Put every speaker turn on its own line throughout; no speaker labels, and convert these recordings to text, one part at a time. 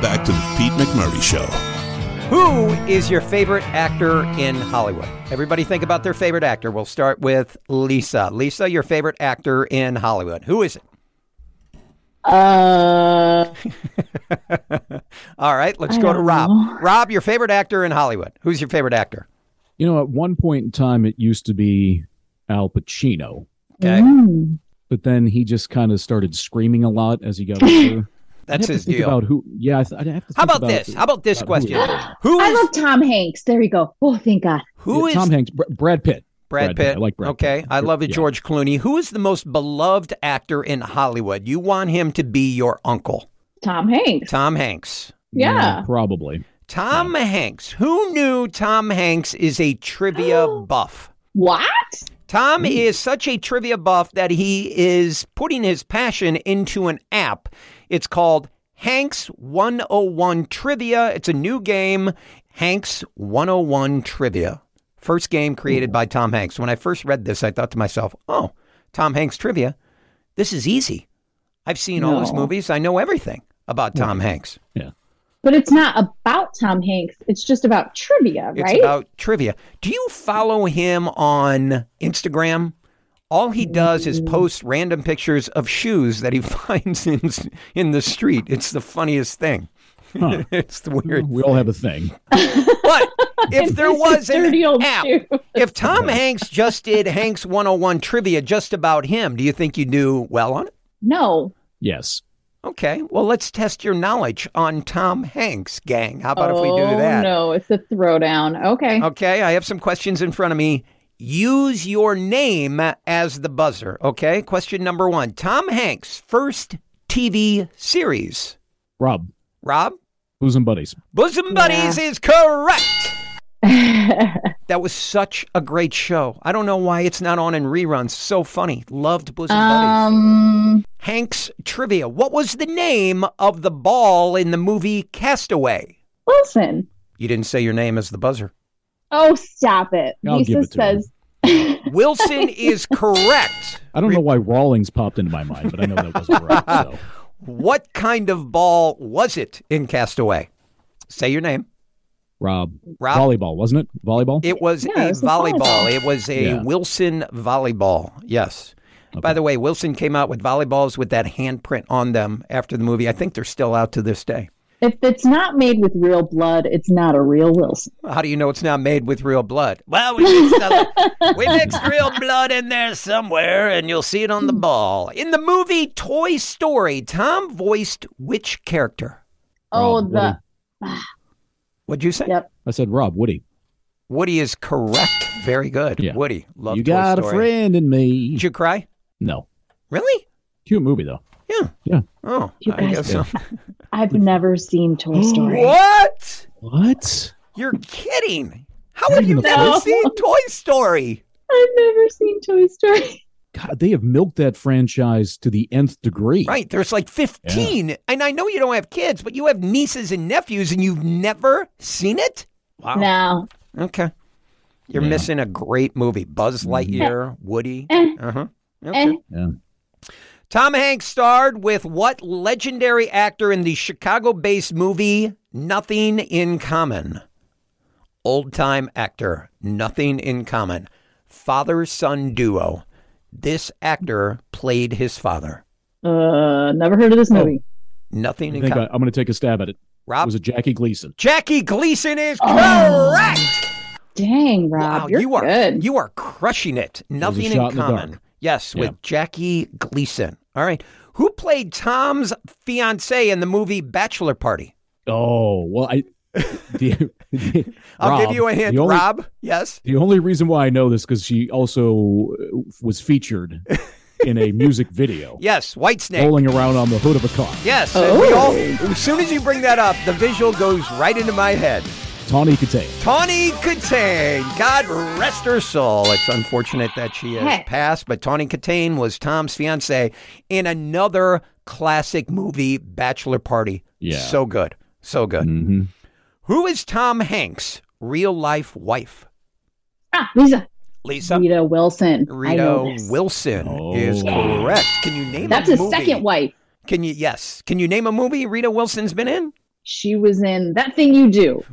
back to the Pete McMurray Show.
Who is your favorite actor in Hollywood? Everybody think about their favorite actor. We'll start with Lisa. Lisa, your favorite actor in Hollywood. Who is it?
Uh,
All right, let's
I
go
don't
to Rob.
know.
Rob, your favorite actor in Hollywood. Who's your favorite actor?
You know, at one point in time, it used to be Al Pacino, Mm-hmm.
Okay.
mm.
but then he just kind of started screaming a lot as he got older.
That's
I'd have
his
to think
deal.
About who? Yeah, I th- I'd have to
How
think
about, this?
it-
How about this
about who
question?
it is.
Who
I
is
love Tom Hanks. There we go. Oh, thank God.
who
Yeah,
is
Tom Hanks? Br- Brad Pitt.
Brad Pitt?
I like Brad.
Okay,
Pitt.
I love it.
Yeah.
George Clooney. Who is the most beloved actor in Hollywood? You want him to be your uncle,
Tom Hanks.
Tom Hanks.
Yeah.
probably.
Tom Hanks. Who knew Tom Hanks is a trivia buff?
What?
Tom is such a trivia buff that he is putting his passion into an app. It's called Hanks 101 Trivia. It's a new game, Hanks 101 Trivia. First game created by Tom Hanks. When I first read this, I thought to myself, oh, Tom Hanks Trivia. This is easy. I've seen all his
No.
movies, I know everything about Tom Hanks.
But it's not about Tom Hanks. It's just about trivia,
It's
right?
about trivia. Do you follow him on Instagram? All he does is post random pictures of shoes that he finds in in the street. It's the funniest thing.
Huh.
it's the weird.
We all have a thing.
But if there was an
dirty old
app,
shoe.
if Tom Hanks just did Hanks 101 trivia just about him, do you think you do well on it?
No.
Yes.
Okay. Well, let's test your knowledge on Tom Hanks, gang. How about
oh,
if we do that?
no. It's a throwdown. Okay.
Okay, I have some questions in front of me. Use your name as the buzzer. Okay, question number one Tom Hanks' first TV series.
Rob,
Rob,
who's and buddies?
Bosom Buddies is correct. That was such a great show. I don't know why it's not on in reruns. So funny. Loved Bosom Buddies.
um,
Hanks trivia. What was the name of the ball in the movie Castaway?
Wilson.
You didn't say your name as the buzzer.
Oh, stop it.
I'll
Lisa
give it to
says,
Wilson is correct.
I don't know why Rawlings popped into my mind, but I know that wasn't right. So.
What kind of ball was it in Castaway? Say your name.
Rob,
Rob?
volleyball, wasn't it? Volleyball.
It was
Yeah,
a
it was a
volleyball.
volleyball.
It was a
Yeah.
Wilson volleyball. Yes. By the way, Wilson came out with volleyballs with that handprint on them after the movie. I think they're still out to this day.
if it's not made with real blood, it's not a real Wilson.
How do you know it's not made with real blood? Well, we mixed, a- we mixed real blood in there somewhere, and you'll see it on the ball. In the movie Toy Story, Tom voiced which character?
Oh,
Rob,
the.
What'd you say?
Yep.
I said Rob Woody.
Woody is correct. Very good.
Yeah.
Woody, love
you
Toy
got
Story.
a friend in me.
Did you cry?
No,
Really?
cute movie though.
Yeah.
Yeah.
Oh,
You
I
guys
guess so.
I've never seen Toy Story.
What?
What?
You're kidding. How have you
No.
never seen Toy Story?
I've never seen Toy Story.
God, they have milked that franchise to the nth degree.
Right. There's like 15. And I know you don't have kids, but you have nieces and nephews and you've never seen it? Wow.
No.
Okay. You're
Yeah. Mm-hmm.
missing a great movie. Buzz Lightyear, Woody.
Eh,
Uh huh. Okay.
eh.
Tom Hanks starred with what legendary actor in the Chicago based movie Nothing in Common? Old time actor, Nothing in Common. Father son duo. This actor played his father.
Uh, never heard of this movie.
Nothing
I
in
think I,
Common.
am going to take a stab at it.
Rob?
was it Jackie Gleason?
Jackie Gleason is
Oh.
correct.
Dang, Rob, you're
you are
good.
you are crushing it. Nothing in
shot in the
common.
dark.
yes,
Yeah.
with Jackie Gleason. All right. Who played Tom's fiance in the movie Bachelor Party?
Oh well, I. the- the-
I'll give
Rob,
you a hint,
the only-
Rob. Yes.
The only reason why I know this because she also uh, was featured in a music video,
Yes, White Snake.
rolling around on the hood of a car.
Yes.
Oh.
and we all- as soon as you bring that up, the visual goes right into my head.
Tawny Kitaen.
Tawny Katane, God rest her soul. It's unfortunate that she has
Heck.
passed, but Tawny Katane was Tom's fiance in another classic movie, Bachelor Party.
Yeah.
So good. So good.
Mm-hmm.
Who is Tom Hanks' real life wife?
Ah, Lisa.
Lisa
Rita Wilson. I
Rito
know this.
Wilson is
Oh.
correct. Can you name
That's
a
his
movie?
second wife.
Can you yes? Can you name a movie Rita Wilson's been in?
She was in That Thing You Do.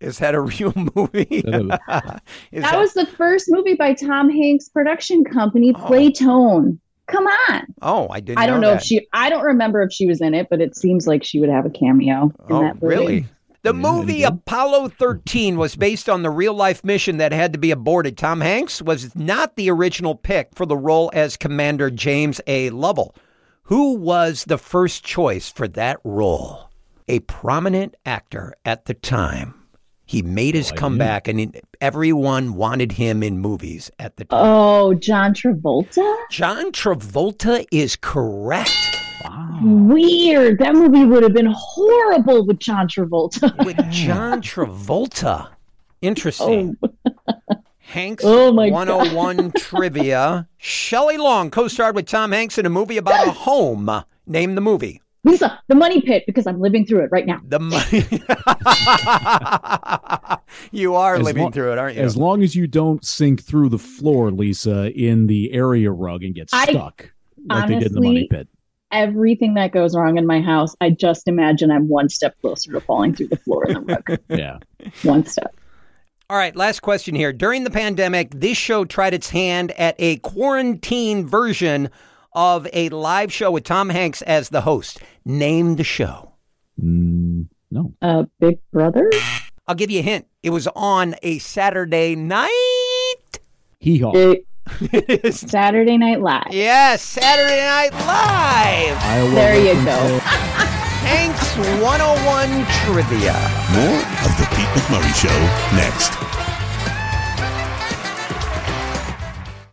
Is that a real movie?
That is-
Is
That was the first movie by Tom Hanks' production company,
Oh.
Playtone. Come on.
Oh, I didn't.
I don't know
that.
if she, I don't remember if she was in it, but it seems like she would have a cameo. in
Oh,
that movie.
really? The
Yeah,
movie
yeah.
Apollo 13 was based on the real life mission that had to be aborted. Tom Hanks was not the original pick for the role as Commander James A. Lovell. Who was the first choice for that role? A prominent actor at the time. He made his comeback, and he- everyone wanted him in movies at the time.
Oh, John Travolta?
John Travolta is correct.
Weird. That movie would have been horrible with John Travolta.
with John Travolta. Interesting. Hanks
Oh, my
101 trivia. Shelley Long co-starred with Tom Hanks in a movie about a home. Name the movie.
Lisa, the money pit, because I'm living through it right now.
The money. you are
As
living
lo-
through it, aren't you?
As long as you don't sink through the floor, Lisa, in the area rug and get
I-
stuck like they did in the money
honestly-
pit.
Everything that goes wrong in my house, I just imagine I'm one step closer to falling through the floor in the rug.
Yeah.
one step.
All right, last question here. During the pandemic, this show tried its hand at a quarantine version of a live show with Tom Hanks as the host. Name the show.
Mm, no.
Uh, Big Brother?
I'll give you a hint. It was on a Saturday night.
Hee haw.
Big Saturday Night Live.
yes, Saturday Night Live.
Iowa
There you
reference
go.
there.
Hanks 101 Trivia.
More of The Pete McMurray Show next.